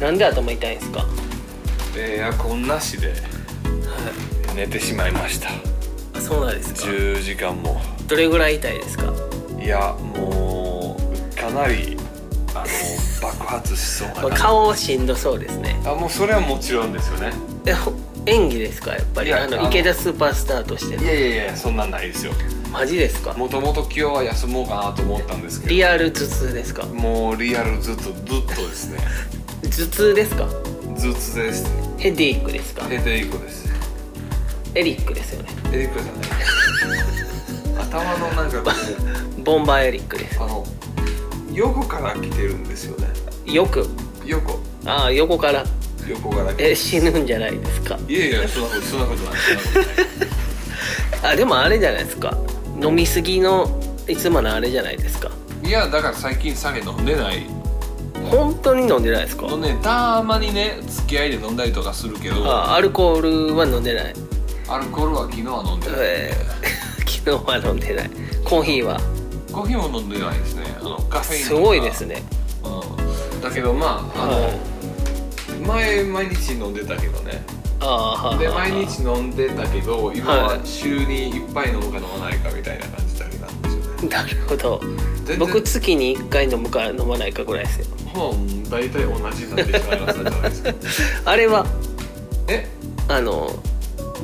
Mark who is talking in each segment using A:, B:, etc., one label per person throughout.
A: なんで頭痛いんですかは
B: えーエアコンなしで寝てしまいました
A: いそうなんですか
B: 10時間も
A: どれぐらい痛いですか
B: いやもうかなりあの爆発しそう
A: まあ
B: かな
A: 顔しんどそうですね
B: あもうそれはもちろんですよね
A: えほ演技ですかやっぱ
B: い
A: りあ
B: やあ
A: の
B: の
A: 池田スーパースターとして
B: い
A: の
B: やいやいやそんなんないですよ
A: マジですか
B: もともと今日は休もうかなと思ったんですけ
A: リアル頭痛ですか
B: どもうリアルずっとずっと ですね
A: 頭痛ですか
B: 頭痛です
A: ヘディックですか
B: ヘデイクです
A: エリックですよね
B: ヘデイクじゃな い頭のなんかこう
A: ボンバーエリックです
B: あの横から来てるんですよね
A: よく
B: 横
A: ああ横から
B: 横から来て
A: え死ぬんじゃないですか
B: いやいやそんなことそんなことないそんなことない
A: あでもあれじゃないですか飲みすぎのいつものあれじゃないですか
B: いやだから最近酒飲んでない
A: 本当に飲んでないですか
B: のねたまにね付き合いで飲んだりとかするけど
A: あアルコールは飲んでない、
B: アルコールは昨日は 飲んでない、
A: えー昨日は飲んでないコーヒーは
B: コーヒーも飲んでないですねあのカフェイン
A: す
B: とか
A: ごいです、ね
B: うん、だけどまああの、
A: はい
B: 前毎日飲んでたけどね
A: ああはあ
B: で
A: はあ
B: 毎日飲んでたけど今
A: は
B: はい週に1杯飲むか飲まないかみたいな感じだけなんですよ ね
A: なるほど
B: 全然
A: 僕月に1回飲むか飲まないかぐらいですよ
B: もう大体同じになってしまいましたじゃないですか
A: あれは
B: え
A: あの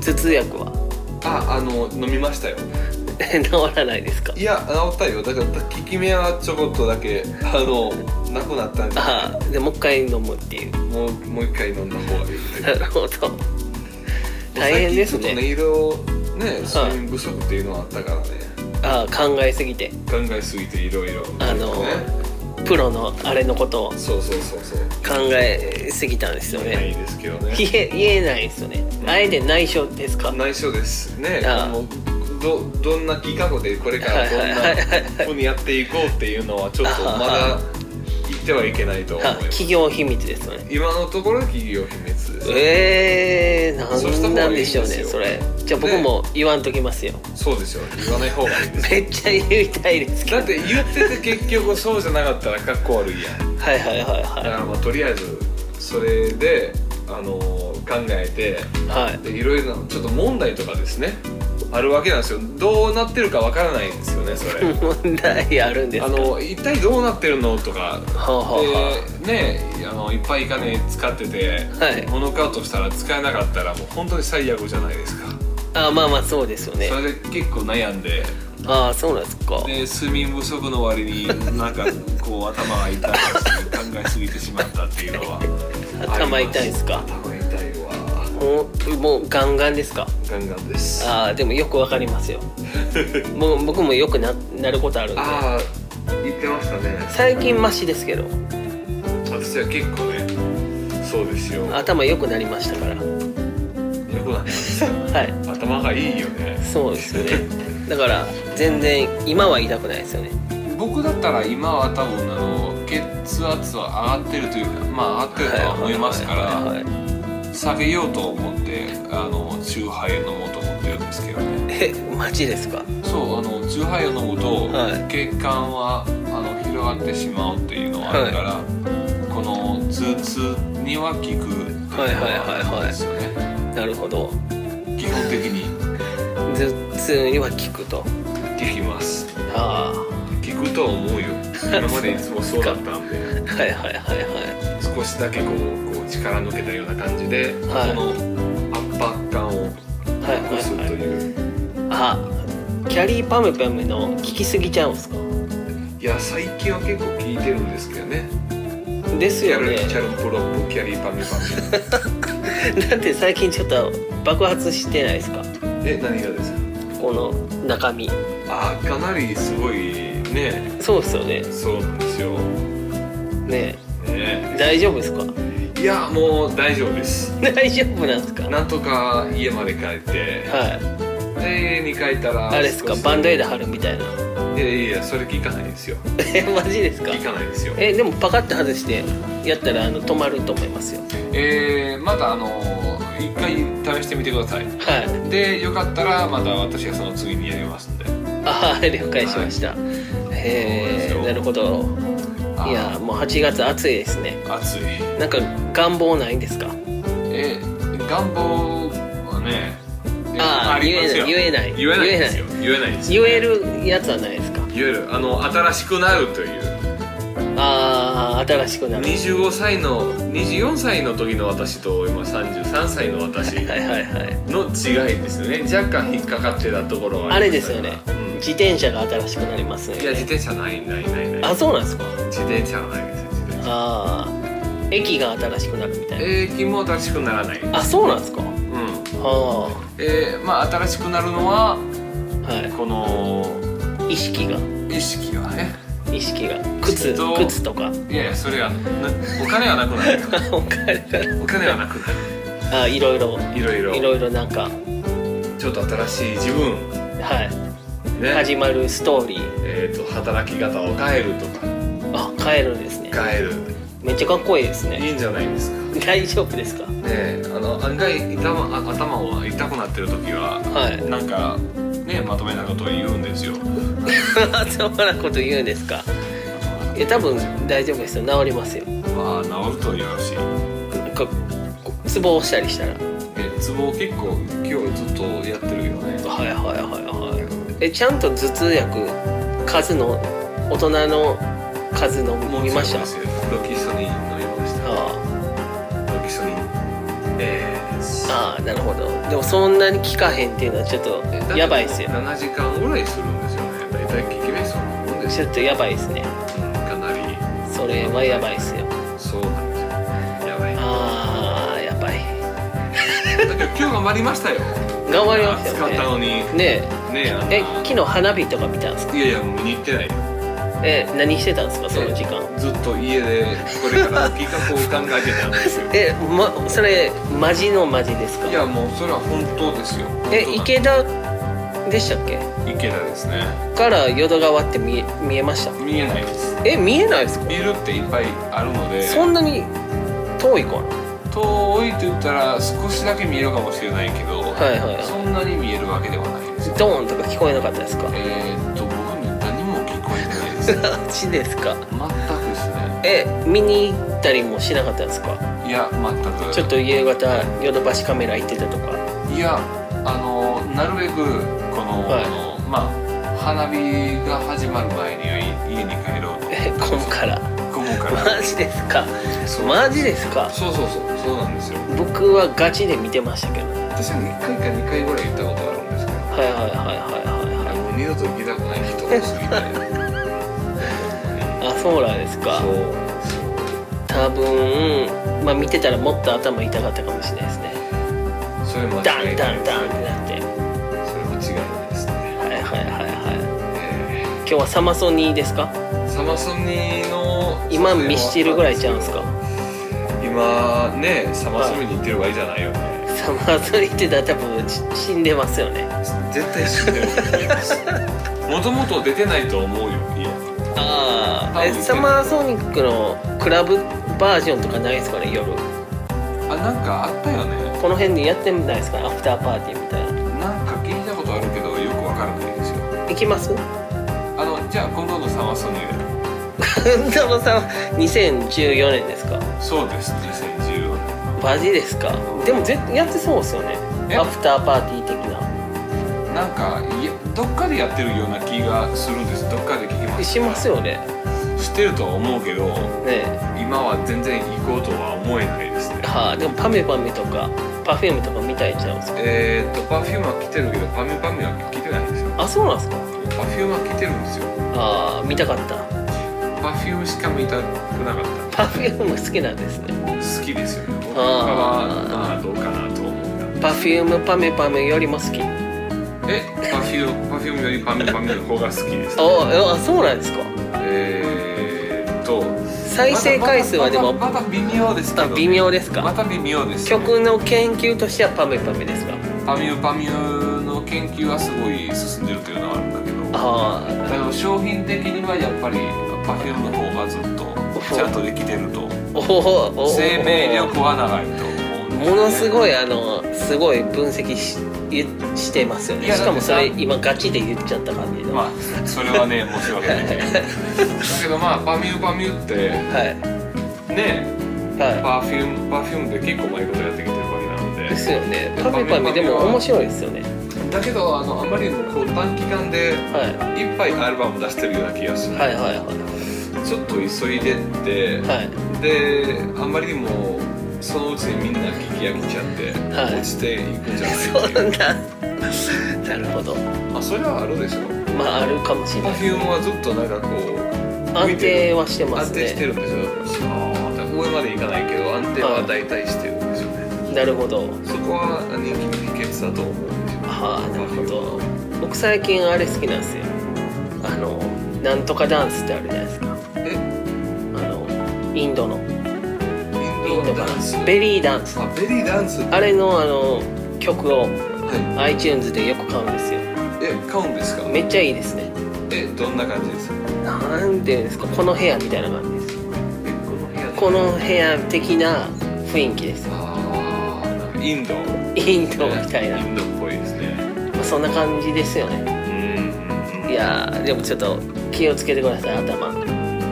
A: 頭痛薬は
B: ああの飲みましたよ
A: 治らないですか
B: いや治ったよだから効き目はちょこっとだけあのなくなったんじゃない
A: ああでもう一回飲むっていう
B: もうもう一回飲んだ方がいいみた
A: ないる
B: な
A: ほど大変です
B: 最
A: ね
B: 近ちょっとねいろいろね睡眠不足っていうのはあったからね
A: ああ考えすぎて
B: 考えすぎていろいろ
A: あのプロのあれのことを
B: そうそうそうそう
A: 考えすぎたんですよ
B: ない
A: ね
B: ですけどね
A: 言え言えないですよね
B: うん
A: あえて内緒ですか
B: 内緒ですね
A: ああ
B: あのどどんな企画でこれからどん
A: はいはいはい
B: なふうにやっていこうっていうのはちょっとまだ言ってはいけないと思い
A: あ
B: ます
A: 企業秘密ですよね
B: 今のところ企業秘密です
A: えー、
B: そうし
A: な
B: た
A: ん
B: 方
A: なん
B: がいい
A: で
B: ん
A: しょう
B: です
A: ね
B: よ
A: それじゃあ僕も言わんときますよ
B: そうですよ言わない方がいいです
A: めっちゃ言いたいですけど
B: だって言ってて結局そうじゃなかったらかっこ悪いやん
A: はいはいはい
B: だか
A: は
B: らまあとりあえずそれで、あのー考えて
A: いはい
B: でいろいろなちょっと問題とかですねあるわけなんですよどうなってるかわからないんですよねそれ
A: 問題あるんです
B: あ
A: か
B: の一体どうなってるのとか
A: はあ、は
B: でねあのいっぱい金使ってて
A: あ、はい
B: 物買うとしたら使えなかったらもう本当に最悪じゃないですか、
A: あまあまあそうですよね
B: それで結構悩んで
A: ああそうなんですか
B: で睡眠不足の割になんかこう頭が痛いし考えすぎてしまったっていうのは
A: 頭痛いですか
B: 頭痛いわ
A: もうもうガンガンですか
B: ガンガンですあ
A: ああでもよくわかりますよもう僕もよくななることあるんで
B: あー言ってましたね
A: 最近マシですけど
B: 私は結構ねそうですよよ
A: 頭良くなりましたから
B: くない
A: はい
B: 頭がいいよね
A: そうですよね だから全然今は痛くないですよね
B: 僕だったら今は多分あの血圧は上がってるというかまあ上がってるとは思いますか
A: は
B: ら
A: いはいはい
B: 下げようと思ってあのチューハイ飲もうと思ってるんですけどね
A: えマジですか
B: そうあのチューハイを飲むと、
A: は
B: 血管はあの広がってしまうっていうのはあるから、この頭痛には効くっていうの
A: はいはいはいはい
B: あるんですよね
A: なるほど
B: 基本的に
A: 頭痛には効くと
B: 効きます
A: あ
B: 効くとは思う よ今までいつもそうだったんで
A: あはいはいはいは
B: 少しだけこうこう力抜けたような感じで、
A: はい
B: この圧迫感を
A: いはい
B: 起こすと
A: はいはい
B: いう、
A: あキャリーパムパムの効きすぎちゃうんですか
B: いや最近は結構効いてるんですけどね
A: です
B: キャ
A: よ
B: ル
A: ね
B: キャルプロップキャリーパミパ ミ
A: だって最近ちょっと爆発してないですか
B: え何がですか
A: この中身
B: あかなりすごいね
A: そうですよね
B: そうなんですよ、
A: ね
B: ね、
A: え大丈夫ですか
B: いやもう大丈夫です
A: 大丈夫なんですか
B: なんとか家まで帰って
A: はい
B: で家に帰ったら
A: あれですかバンドエイド貼るみたいない
B: やいやいやそれ聞かないですよ
A: えマジですか
B: 聞かないですよ
A: えでもパカッと外してやったらあの止まると思いますよ
B: えー、またあの一回試してみてください
A: はい
B: でよかったらまた私がその次にやりますんで
A: ああ了解しました、
B: そうなんです
A: へ
B: よ
A: えなるほど
B: あ
A: いやもう8月暑いですね
B: 暑い
A: なんか願望ないんですか
B: え願望はねえ
A: あー
B: りますよ
A: 言えない
B: 言
A: 言
B: え
A: え
B: な
A: ないい
B: ですよ言えないです
A: 言
B: よ
A: えるやつはないですか
B: 言えるあの新しくなるという
A: あー新しくなる
B: 25歳の24歳の時の私と今33歳の私
A: はいはいはい
B: の違いですよね若干引っかかってたところは
A: あれ
B: りま
A: で
B: し
A: す
B: た
A: よね
B: がうん
A: 自転車が新しくなりますね
B: いや自転車ないないないない
A: あそうなんですか
B: 自転車はないですよ自転車
A: ああ駅が新しくなるみたいな
B: えー、気も新しくならないうん
A: あそうなんですかあ
B: えー、まあ新しくなるのは
A: あは
B: この
A: い意識が
B: 意識はね
A: 意識が靴
B: きっと
A: 靴とか
B: いやいやそれはなお金はなくなる
A: お金が
B: お金はなくなる
A: あいろいろ
B: いろいろ
A: いろいろなんか
B: ちょっと新しい自分
A: は
B: ね
A: い始まるストーリー
B: えー、と働き方を変えるとか
A: あ帰るんですね
B: 変える
A: めっちゃかっこいいです
B: い
A: ね
B: いんじゃないですかね
A: 大丈夫ですか
B: えあの案外痛まあ頭を痛くなってる時は
A: はい
B: なんかねまとめなことを言うんですよ
A: そんなこと言うんですかいや多分大丈夫ですよ治りますよ
B: まあ治るとよろしい
A: ここツボ押したりしたら
B: えツボ結構今日ずっとやってるけどね
A: はいはいはいはいえちゃんと頭痛薬数の大人の数の見ました
B: そうですロキソニン飲みましたロ
A: あ
B: キソニンえー
A: あああなるほどでもそんなに効かへんっていうのはちょっ
B: えだっ
A: と
B: て
A: やばいですよ
B: 7時間ぐらいするんですよね大体効き目そのもんです
A: ち
B: よ
A: ょっとやばいですね
B: うんかなり
A: それはやばいですよ
B: そうなんですよやばい
A: ああやばい
B: だけど今日頑張りましたよ
A: 頑張りました
B: 暑かった
A: よ
B: のにね
A: ねね
B: えあの
A: ええ昨日花火とか見たんですか
B: いやいやもう見に行ってないよ
A: え何してたんですかその時間
B: ずっと家でこれから企画を考えてたんで すよ
A: えまそれマジのマジですか
B: いやもうそれは本当ですよ
A: え
B: 本当だ
A: 池田でしたっけ
B: 池田ですね
A: から淀川って見え見えました
B: 見えないです
A: え見えないですか
B: ビルっていっぱいあるので
A: そんなに遠いかな
B: 遠いと言ったら少しだけ見えるかもしれないけど、
A: はいはいは
B: そんなに見えるわけではないですよ
A: いドーンとか聞こえなかったですか
B: えー、っと僕に何も聞こえてないです
A: マジ
B: 全く
A: ですか
B: ですね
A: え見に行ったりもしなかったんですか
B: いや全く
A: ちょっと夕方ヨドバシカメラ行ってたとか
B: いやあのなるべくこの,、
A: はい
B: あのまあ花火が始まる前にはい家に帰ろうと
A: え今から
B: 思うか ら
A: マジですか
B: そう
A: マジですか
B: そうそうそうそうなんですよ
A: 僕はガチで見てましたけどはい
B: 私は1回か2回ぐらい行ったことあるんですけ
A: は
B: ど
A: いはいはいはい
B: あ
A: はい
B: もう二度と行きたくない人多すぎて
A: あそうなんですか
B: そう
A: 多分まあ見てたらもっと頭痛かったかもしれないですね
B: それ間
A: ダ
B: 違
A: ンダ
B: いない
A: ンダンってなって
B: それ間違いないですね、
A: はいはいはいはい
B: え
A: 今日はサマソニーですか
B: ーサマソニーの
A: 今ミスチルぐらいちゃうんですか
B: 今ねサマソニーに行ってる方がいいじゃないよね、
A: サマソニーって言ったら多分し死んでますよね
B: 絶対死んでると思いますもともと出てないと思うよいや
A: あ
B: あ
A: あえ
B: 見てる
A: サマーソニックのクラブバージョンとかないですかね夜
B: あなんかあったよね
A: この辺でやってないですかねアフターパーティーみたいな
B: なんか聞いたことあるけどよくわからないですよ
A: 行きます
B: あのじゃあ今度のサマソニーで
A: サマさん2014年ですか
B: そうです2014
A: マジですかでもぜやってそうですよね
B: え
A: アフターパーティー的な
B: 年なんかいやどっかでやってるような気がするんですどっかで聞きます
A: しますよね
B: 知ってるとは思うけど
A: ね
B: 今は全然行こうとは思えないですね
A: はあでもパミュパミュとかパフュームとか見たいんちゃうんですか
B: えー、っと Perfume は来てるけどパミュパミュは来てないですよ
A: あそうなんですか
B: Perfume は来てるんですよ
A: ああ見たかった
B: Perfume しか見たくなかった
A: パフューム好きなんですね
B: 好きですよね僕は
A: あー
B: まあどうかなと思う
A: パフュームパミュパミュよりも好き
B: がえパフューパフュームよりパミュパミュの方が好きです
A: ああそうなんですか
B: えー、っと
A: 再生回数はでも
B: またまたまた微妙ですけど、
A: あ微妙です
B: ま
A: か
B: た微妙です、
A: 曲の研究としてはパミュパミュですか
B: パミュパミュの研究はすごい進んでるというのはあるんだけど
A: あ
B: でも商品的にはやっぱりパフュームの方がずっとちゃんとできてると
A: あおおおお
B: 生命力は長いと思うんですね、
A: ものすごいあのすごい分析し言っしてますよね
B: いや
A: しかもそれ
B: だって
A: 今ガチで言っちゃった感じの、
B: まあそれは ね申し訳ないけどだけどまあパミューパミューって
A: はい
B: ね
A: は
B: パフュームパフュームで結構前ことやってきてるわけなの
A: い
B: で
A: ですよねパミュパミュでも面白いですよね
B: だけどあのあまりこう短期間で
A: はい
B: いっぱいアルバム出してるような気がしない、
A: はいはいは
B: ちょっと急いでって、
A: いはい
B: であんまりにもそのうちにみんな聞き飽きちゃって、
A: はい
B: 落ちていくんじゃな い
A: そう
B: って
A: ないん
B: う
A: だ。なるほど。
B: まあそれはあるでしょ
A: まああるかもしれな
B: パ
A: い。
B: フュームはずっとなんかこう
A: 安定はしてます
B: 安定して
A: ね。
B: るんでしょあー上までいかないけど安定は大体してるんでしょうね、
A: なるほど。
B: そこは人気の秘訣だと思うんですよ
A: はあ、なるほど。僕最近あれ好きなんですよ。あのなんとかダンスってあるじゃないですか。
B: え
A: あのインドのイ
B: イ
A: ン
B: ン
A: ド
B: ド
A: か
B: ダンス
A: なベリーダンス。
B: あベリーダンス
A: あれのあの曲を
B: は
A: iTunes でよく買うんですよ。
B: いえ買うんですか
A: めっちゃいいですね。
B: えどんな感じですか
A: なんていうんですかこの部屋みたいな感じです。
B: えこの部屋で
A: この部屋的な雰囲気です。
B: あーなんかインド
A: インドみたいな
B: イ。ンドっぽいですね
A: まあ、そんな感じですよね。
B: うん
A: いやーでもちょっと気をつけてください頭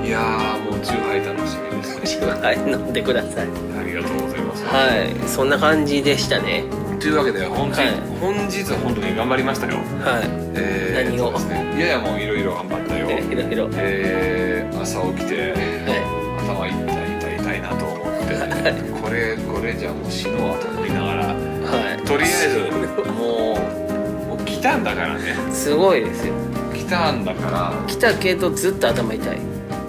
B: いやーもうチューハイ楽しみですね
A: はい飲んでください
B: ありがとうございます
A: はいそんな感じでしたね
B: というわけで本日、
A: はい
B: 本日は本当に頑張りましたよ
A: は
B: え
A: 何
B: ー、
A: を
B: そうですねいやいやもういろいろ頑張った
A: い
B: よ
A: えひろひろは
B: えー、朝起き
A: い
B: て頭痛い痛い痛いなと思って、これこれじゃもう死のうと思いながら
A: はい
B: とりあえずもうもう来たんだからね
A: すごいですよ
B: 来たんだから
A: 来たけどずっと頭痛 い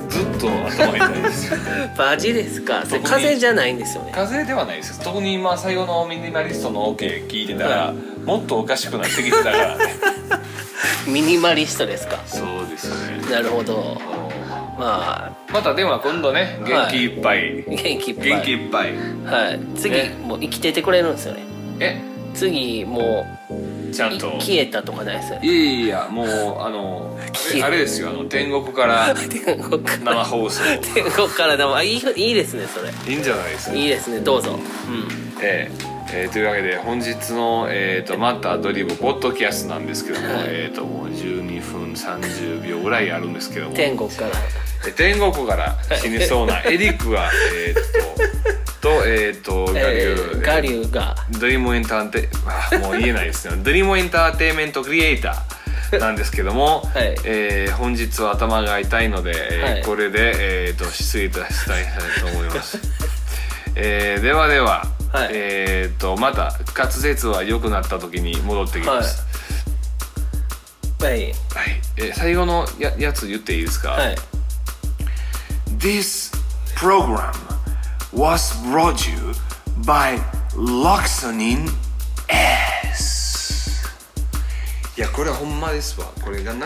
B: ずっと頭痛いですよ
A: マジですかそれ風邪じゃないんですよね
B: 風邪ではないです特に今採用のミニマリストの OK 聞いてたら、もっとおかしくなってきてたからね
A: ミニマリストですか
B: そうですね
A: なるほどまあ
B: またでは今度ね元気いっぱい、
A: 元気いっぱい
B: 元気いっぱい
A: はい次、
B: ね
A: もう生きててくれるんですよね
B: え
A: 次も
B: ちゃ
A: うんい
B: と
A: 消えたとかないですよね
B: いやいやもうあの
A: 消え
B: あれですよあの天国から
A: 天国から
B: 生放送
A: 天国からでもあいいいいですねそれ
B: いいんじゃないですか
A: いいですねどうぞうん
B: えええーというわけで本日の、えーと「またアドリブ」ポッドキャストなんですけども、
A: はい
B: えーともう12分30秒ぐらいあるんですけども
A: 天国から
B: え天国から死にそうなエリックがえーととえーとガリ
A: え
B: ュー、
A: ーガリューが
B: ドリームエンターテあーもう言えないで すねドリームエンターテインメントクリエイターなんですけども、
A: はい
B: えー本日は頭が痛いので、えー
A: はい
B: これで、えー、と失礼いたしたいと思い ます、えーではでは、
A: はい
B: えー、とまた滑舌は良くなった時に戻ってきます、
A: はい
B: はいえー最後のややつ言っていいですか、
A: はい
B: This program was brought to you by Loxonin S いやこれはほんまですわこれがな